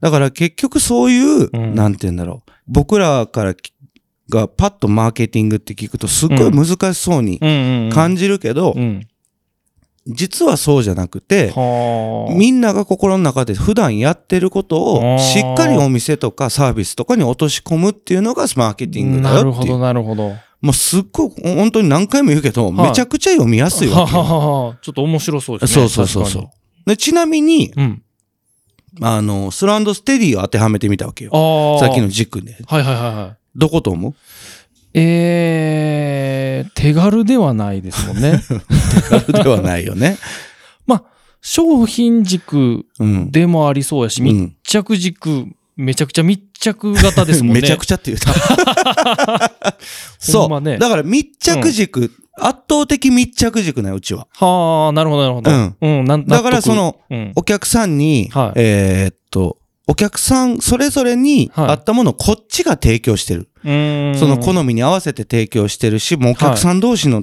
Speaker 3: だから結局そういう、
Speaker 2: うん
Speaker 3: なんて言うんだろう。僕らからきがパッとマーケティングって聞くとすっごい難しそうに
Speaker 2: うんうんうん。
Speaker 3: 感じるけど、
Speaker 2: うん。
Speaker 3: 実はそうじゃなくて、
Speaker 2: はあ。
Speaker 3: みんなが心の中で普段やってること
Speaker 2: あー
Speaker 3: をしっかりお店とかサービスとかに落とし込むっていうのがマーケティングだ
Speaker 2: なる
Speaker 3: よっ
Speaker 2: ほ
Speaker 3: てい
Speaker 2: ど、
Speaker 3: う。
Speaker 2: なるほど。は
Speaker 3: もうすっごく本当に何回も言うけど、
Speaker 2: はい
Speaker 3: めちゃくちゃ読みやすい
Speaker 2: あ
Speaker 3: わけよ。
Speaker 2: はあ。ちょっと面白そうです
Speaker 3: そ
Speaker 2: ね。
Speaker 3: うそうそうそう
Speaker 2: 確。
Speaker 3: でちなみに、
Speaker 2: かに。うん。
Speaker 3: あの、スランドステディを当てはめてみたわけよ。
Speaker 2: ああ。
Speaker 3: さっきの。軸で。
Speaker 2: はいはいはいはい。
Speaker 3: どこと思う
Speaker 2: えー、手軽ではないですもん ね。
Speaker 3: あるではないよね。
Speaker 2: 商品軸
Speaker 3: うん。
Speaker 2: でもありそうやし、
Speaker 3: う
Speaker 2: 密
Speaker 3: ん
Speaker 2: 着軸、めちゃくちゃ密着型ですもんね。
Speaker 3: めちゃくちゃ って言った。
Speaker 2: ほ
Speaker 3: そ
Speaker 2: んま
Speaker 3: う。
Speaker 2: ね
Speaker 3: だから密着軸、圧倒的密着軸なうちは。
Speaker 2: はあ、なるほどなるほど。うん。なん
Speaker 3: だからそ、の、
Speaker 2: 納得うん。
Speaker 3: お客さんに、
Speaker 2: はい
Speaker 3: えーっと、お客さんそれぞれに
Speaker 2: はい
Speaker 3: あったものをこっちが提供してる。
Speaker 2: うーん
Speaker 3: その好みに合わせて提供してるし、もうお客さん同士の、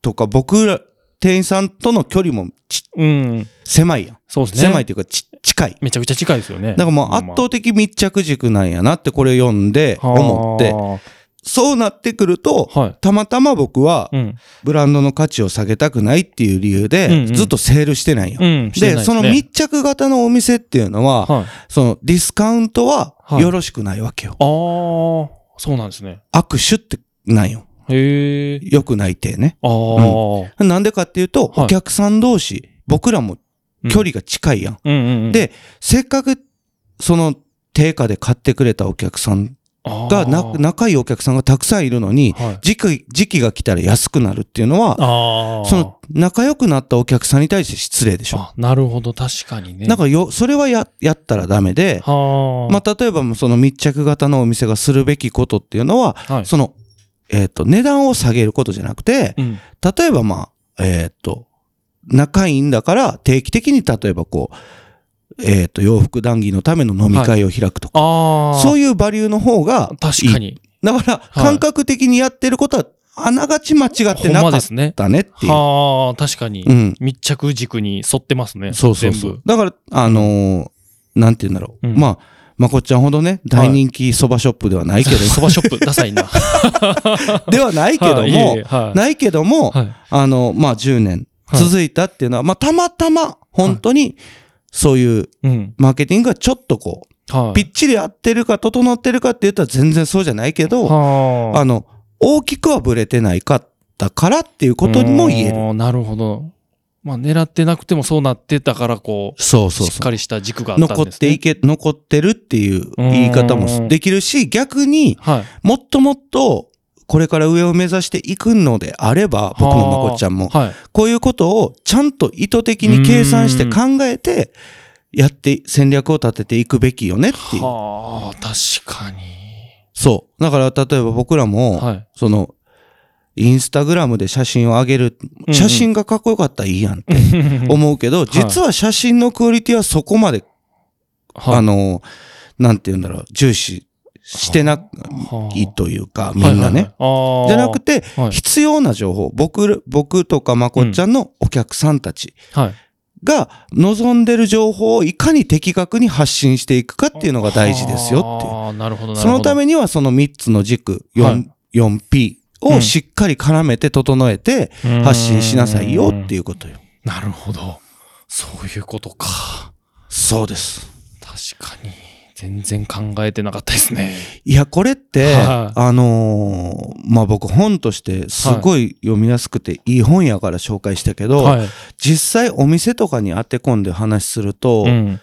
Speaker 3: とか僕ら、店員さんとの距離もち
Speaker 2: うん。
Speaker 3: 狭いやん。
Speaker 2: そうですね。
Speaker 3: 狭いというかち近い。
Speaker 2: めちゃくちゃ近いですよね。
Speaker 3: だからもう圧倒的密着軸なんやなってこれ読んで思って、
Speaker 2: て。
Speaker 3: そうなってくると、
Speaker 2: はい。
Speaker 3: たまたま僕は
Speaker 2: うん。
Speaker 3: ブランドの価値を下げたくないっていう理由
Speaker 2: うん
Speaker 3: で
Speaker 2: うん
Speaker 3: ずっとセールしてないよ。
Speaker 2: うん。してないす
Speaker 3: で、
Speaker 2: ね
Speaker 3: その密着型のお店っていうのは、
Speaker 2: はい。
Speaker 3: そのディスカウントは
Speaker 2: はい
Speaker 3: よろしくないわけよ。
Speaker 2: あー、そうなんですね。
Speaker 3: 握手ってなんよ。
Speaker 2: へー。
Speaker 3: 良くないってね。
Speaker 2: あー。
Speaker 3: なんでかっていうと、
Speaker 2: はい
Speaker 3: お客さん同士、僕らも距離が近いやん。
Speaker 2: うんうんうん。
Speaker 3: でせっかくその定価で買ってくれたお客さん
Speaker 2: あー、
Speaker 3: が、な仲いいお客さんがたくさんいるのに、
Speaker 2: はい
Speaker 3: 時期、時期が来たら安くなるっていうのは、
Speaker 2: あー。
Speaker 3: その仲良くなったお客さんに対して失礼でしょ。
Speaker 2: あ、なるほど、確かにね。
Speaker 3: なん、かよ、それはや、やったらダメで、
Speaker 2: はあ。
Speaker 3: まあ、例えばもうその密着型のお店がするべきことっていうのは、
Speaker 2: はい。
Speaker 3: その、えっ、と、値段を下げることじゃなくて、
Speaker 2: うん。
Speaker 3: 例えばまあ、えっ、と、仲いいんだから定期的に例えばこう、えっ、と、洋服談義のための飲み会を開くとか、
Speaker 2: ああ。
Speaker 3: そういうバリューの方がいい、
Speaker 2: 確かに。
Speaker 3: だから、
Speaker 2: い
Speaker 3: 感覚的にやってることは、あながち間違って
Speaker 2: ほん
Speaker 3: な
Speaker 2: まで
Speaker 3: かっ
Speaker 2: すね。
Speaker 3: たねっていう。
Speaker 2: はあ、確かに
Speaker 3: う。ん。
Speaker 2: 密着軸に沿ってますね。
Speaker 3: そうそうそう
Speaker 2: 全。
Speaker 3: だから、あのーなんて言うんだろう。
Speaker 2: うん
Speaker 3: まあ、まこっちゃんほどね、大人気蕎麦ショップではないけ ど
Speaker 2: 部。、そばショップ、ダサ いな。
Speaker 3: ではないけど
Speaker 2: はいいえいえ
Speaker 3: も、
Speaker 2: はい
Speaker 3: ないけども、
Speaker 2: はい
Speaker 3: あの、まあ、10年
Speaker 2: はい
Speaker 3: 続いたっていうのは、まあ、たまたま、本当に、そういう
Speaker 2: うん。
Speaker 3: マーケティングがちょっとこう、
Speaker 2: はい。
Speaker 3: ぴっちり合ってるか整ってるかって言ったら全然そうじゃないけど、
Speaker 2: は
Speaker 3: あの、大きくはブレてないかったからっていうことにも言える。
Speaker 2: る。なるほど。まあ、狙ってなくてもそうなってたから、こう、
Speaker 3: そうそう
Speaker 2: しっ
Speaker 3: そ
Speaker 2: か
Speaker 3: う。
Speaker 2: りした軸があったんです、ね。
Speaker 3: 残っていけ、残ってるっていう言い方もできるし、逆に、
Speaker 2: はい。
Speaker 3: もっともっと、これから上を目指していくのであれば、僕もまこっちゃんも、
Speaker 2: はい。
Speaker 3: こういうことをちゃんと意図的に計算して考えて、やって、戦略を立てていくべきよねっていう。
Speaker 2: はあ、確かに。
Speaker 3: そう。だから、例えば僕らも、
Speaker 2: はい。
Speaker 3: その、インスタグラムで写真を上げる
Speaker 2: う、ん
Speaker 3: 写真がかっこよかったらいいやんって 思うけど、実は写真のクオリティはそこまで、
Speaker 2: はい
Speaker 3: あの、なんて言うんだろう、重視してな
Speaker 2: はい
Speaker 3: というか、みん
Speaker 2: はい
Speaker 3: なね。。
Speaker 2: はいはいあー
Speaker 3: じゃなくて
Speaker 2: はい、
Speaker 3: 必要な情報、僕ら、僕とかまこっちゃんのお客さんたち
Speaker 2: はい。
Speaker 3: が望んでる情報をいかに的確に発信していくかっていうのが大事ですよっていう。
Speaker 2: ああ、なるほど、なるほど。
Speaker 3: そのためにはその3つの軸、
Speaker 2: は
Speaker 3: 4-
Speaker 2: い
Speaker 3: 4P
Speaker 2: う
Speaker 3: を
Speaker 2: ん
Speaker 3: しっかり絡めて整えて
Speaker 2: うん
Speaker 3: 発信しなさいよっていうことよ。
Speaker 2: なるほど。そういうことか。
Speaker 3: そうです。
Speaker 2: 確かに。全然考えてなかったですね。
Speaker 3: いや、これって、
Speaker 2: はい
Speaker 3: あのーまあ、僕本としてすごい読みやすくていい本やから紹介したけど、
Speaker 2: はい。
Speaker 3: 実際お店とかに当て込んで話すると、
Speaker 2: うん。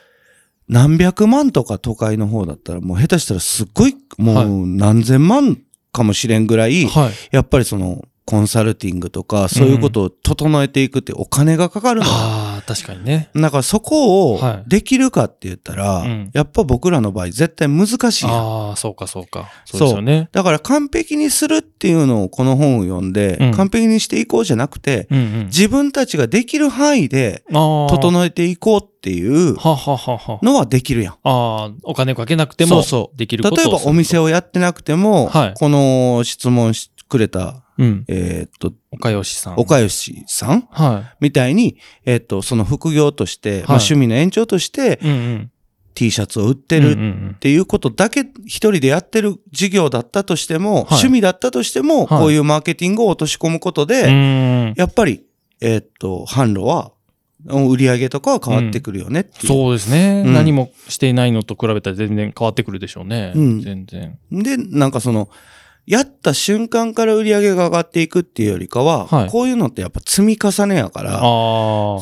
Speaker 3: 何百万とか都会の方だったらもう下手したらすっごい
Speaker 2: はい
Speaker 3: もう何千万かもしれんぐらい、
Speaker 2: はい。
Speaker 3: やっぱりそのコンサルティングとかそういうことを整えていくってお金がかかるのよ。
Speaker 2: ああ、確かにね。
Speaker 3: だからそこを
Speaker 2: はい
Speaker 3: できるかって言ったら、
Speaker 2: うん
Speaker 3: やっぱ僕らの場合絶対難しいやん
Speaker 2: ああ、そうか、そうか。そうですよね。
Speaker 3: だから完璧にするっていうのをこの本を読んで、
Speaker 2: うん
Speaker 3: 完璧にしていこうじゃなくて、
Speaker 2: うんうん。
Speaker 3: 自分たちができる範囲で
Speaker 2: ああ。
Speaker 3: 整えていこうっていう
Speaker 2: はははは。
Speaker 3: のはできるやん。
Speaker 2: ああ、お金かけなくても、
Speaker 3: そうそ
Speaker 2: できる
Speaker 3: 例
Speaker 2: ことを
Speaker 3: えばお店
Speaker 2: を。
Speaker 3: をやってなくても、
Speaker 2: はい
Speaker 3: この質問しくれた、
Speaker 2: うん。
Speaker 3: えーっと、
Speaker 2: 岡吉さん。
Speaker 3: 岡吉さん
Speaker 2: は
Speaker 3: みたいに、えーっと、その副業として、まあ、趣味の延長として
Speaker 2: い。うんうん。
Speaker 3: T シャツを売って
Speaker 2: て
Speaker 3: る
Speaker 2: うんうん
Speaker 3: っていうことだけ一人でやってる事業だったとしても、
Speaker 2: い
Speaker 3: 趣味だったとしても、
Speaker 2: はい
Speaker 3: こういうマーケティングを落とし込むことで、
Speaker 2: うん。うん
Speaker 3: やっぱり、えーっと、販路は、売り上げとかは変わってくるよねっていう。
Speaker 2: そうですね、
Speaker 3: うん
Speaker 2: 何もしていないのと比べたら全然変わってくるでしょうね。
Speaker 3: うん
Speaker 2: 全然。
Speaker 3: で、なんかその、やった瞬間から売り上げが上がっていくっていうよりかは、
Speaker 2: はい
Speaker 3: こういうのってやっぱ積み重ねやから、
Speaker 2: ああ。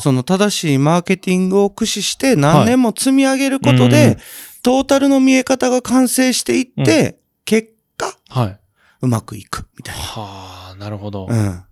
Speaker 3: その正しいマーケティングを駆使して何年も積み上げることで、
Speaker 2: はいうん
Speaker 3: トータルの見え方が完成していって、結果、
Speaker 2: はい。
Speaker 3: うまくいくみたい
Speaker 2: はあ、なるほど。
Speaker 3: な。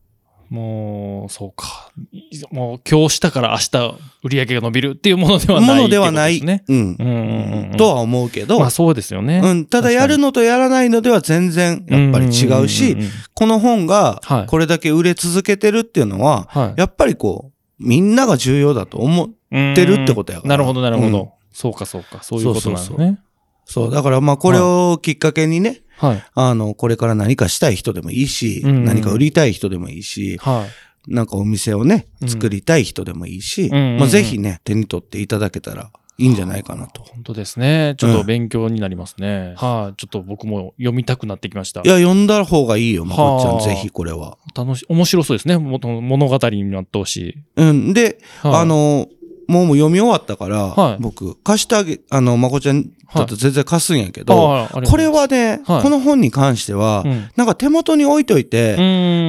Speaker 3: うん。
Speaker 2: もう、そうか。いもう、今日したから明日、売り上げが伸びるっていうものではない。
Speaker 3: ものではない。
Speaker 2: ってことで
Speaker 3: うん
Speaker 2: すね。うんうんうん。
Speaker 3: とは思うけど、
Speaker 2: まあ、そうですよね。
Speaker 3: うん、た
Speaker 2: 確
Speaker 3: だ
Speaker 2: かに
Speaker 3: やるのとやらないのでは全然やっぱり違うし、
Speaker 2: んんんん
Speaker 3: この本が
Speaker 2: はい
Speaker 3: これだけ売れ続けてるっていうのは、
Speaker 2: はい。
Speaker 3: やっぱりこう、みんなが重要だと思う。
Speaker 2: って
Speaker 3: るってことやから
Speaker 2: なるほど、なるほど。
Speaker 3: うん
Speaker 2: そうか、そうか。そういうことなのね。
Speaker 3: そうそうそう、だからまあこれをきっかけにね、
Speaker 2: はい。
Speaker 3: あの、これから何かしたい人でもいいし、
Speaker 2: うん
Speaker 3: 何か売りたい人でもいいし、
Speaker 2: はい。
Speaker 3: なんかお店をね
Speaker 2: う、ん
Speaker 3: 作りたい人でもいいし、
Speaker 2: うんうんうん
Speaker 3: まあぜひね、手に取っていただけたらいいんじゃないかなと。
Speaker 2: 本当ですね。ちょっ
Speaker 3: う
Speaker 2: と
Speaker 3: ん
Speaker 2: 勉強になりますね。はい、ちょっと僕も読みたくなってきました。
Speaker 3: いや、読んだ方がいいよ、まこっちゃん、
Speaker 2: はあ
Speaker 3: ぜひこれは。
Speaker 2: 楽し、面白そうですね。も物語になってほしい。
Speaker 3: うん、で、
Speaker 2: はい
Speaker 3: あ、の、もうもう読み終わったから、
Speaker 2: はい
Speaker 3: 僕、貸してあげ、あの、まこちゃんだと全然貸すんやけど、
Speaker 2: ああありがとうございます
Speaker 3: これ、はね、
Speaker 2: はい
Speaker 3: この本に関しては、
Speaker 2: うん
Speaker 3: なんか手元に置いといて、
Speaker 2: う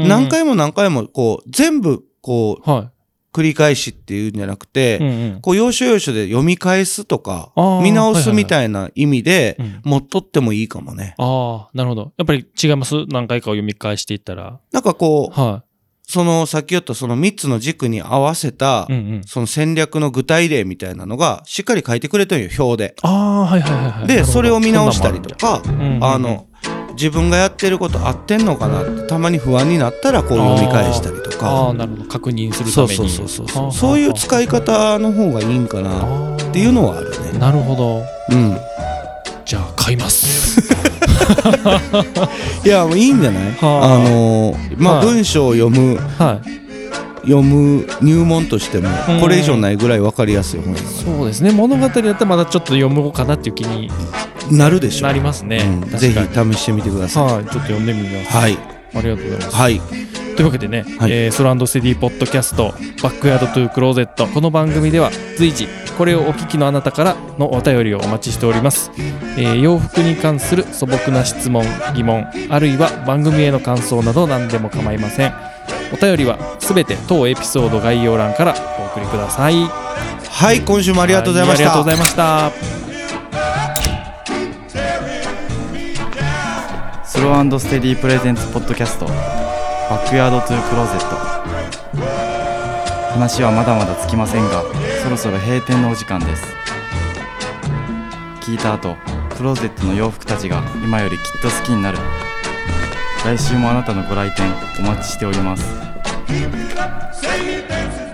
Speaker 2: ん
Speaker 3: 何回も何回も、こう、全部、こ
Speaker 2: は
Speaker 3: う、繰り返しっていうんじゃなく
Speaker 2: い。
Speaker 3: て、
Speaker 2: うんうん
Speaker 3: こう、要所要所で読み返すとか
Speaker 2: あ、ー
Speaker 3: 見直すみたいな意味で、
Speaker 2: はいはいはい
Speaker 3: 持っとってもいいかもね。
Speaker 2: ああ、なるほど。やっぱり違います何回かを読み返していったら。
Speaker 3: なんかこう、
Speaker 2: は
Speaker 3: その、さっき言ったその3つの軸に合わせた、
Speaker 2: い。うんうん。
Speaker 3: その戦略の具体例みたいなのがしっかり書いてくれてるよ、表で。
Speaker 2: ああ、はいはいはいはい。なる
Speaker 3: で、
Speaker 2: ほど
Speaker 3: それを見直したりと。か、
Speaker 2: んうんうん
Speaker 3: あの、自分がやってること合ってんのかなってたまに不安になったらこう読み返したり
Speaker 2: あ
Speaker 3: と
Speaker 2: あ
Speaker 3: か
Speaker 2: ー、、なるほど。確認するた
Speaker 3: そう
Speaker 2: めに。
Speaker 3: そうそうそう
Speaker 2: はあは
Speaker 3: そ
Speaker 2: あ
Speaker 3: う、そういう使い方の方がいいんかな
Speaker 2: あー
Speaker 3: っていうのはあるね。
Speaker 2: なるほど。
Speaker 3: うん。
Speaker 2: じゃあ、買い ます。
Speaker 3: いや、もういいんじゃない
Speaker 2: はあ
Speaker 3: あのー、ま
Speaker 2: は
Speaker 3: あ
Speaker 2: い
Speaker 3: 文章を読む、
Speaker 2: はい。
Speaker 3: 読む入門としても
Speaker 2: ん
Speaker 3: これ以上ないぐらいわかりやすい本やか
Speaker 2: そうですね。物語だったらまだちょっと読もうかなっていう気に
Speaker 3: ら。なるでしょ
Speaker 2: な。りますね。
Speaker 3: うん
Speaker 2: 確かに
Speaker 3: ぜひ試してみてください。
Speaker 2: はい、ちょっと読んでみます。
Speaker 3: はい。
Speaker 2: ありがとうございます。
Speaker 3: はい。
Speaker 2: というわけでね、
Speaker 3: はい
Speaker 2: えーソランドセディポッドキャストバックヤードトゥークローゼットこの番組では随時これをお聞きのあなたからのお便りをお待ちしております、えー洋服に関する素朴な質問疑問あるいは番組への感想など何でも構いませんお便りはすべて当エピソード概要欄からお送りくださいあ
Speaker 3: はい、今週もありがとうございまし
Speaker 2: ありがとうご
Speaker 3: た
Speaker 2: ざ。いました
Speaker 1: スローステディプレゼンツポッドキャストバックヤードトゥークローゼット話はまだまだつきませんがそろそろ閉店のお時間です聞いた後クローゼットの洋服たちが今よりきっと好きになる来週もあなたのご来店お待ちしております
Speaker 4: Say you dancing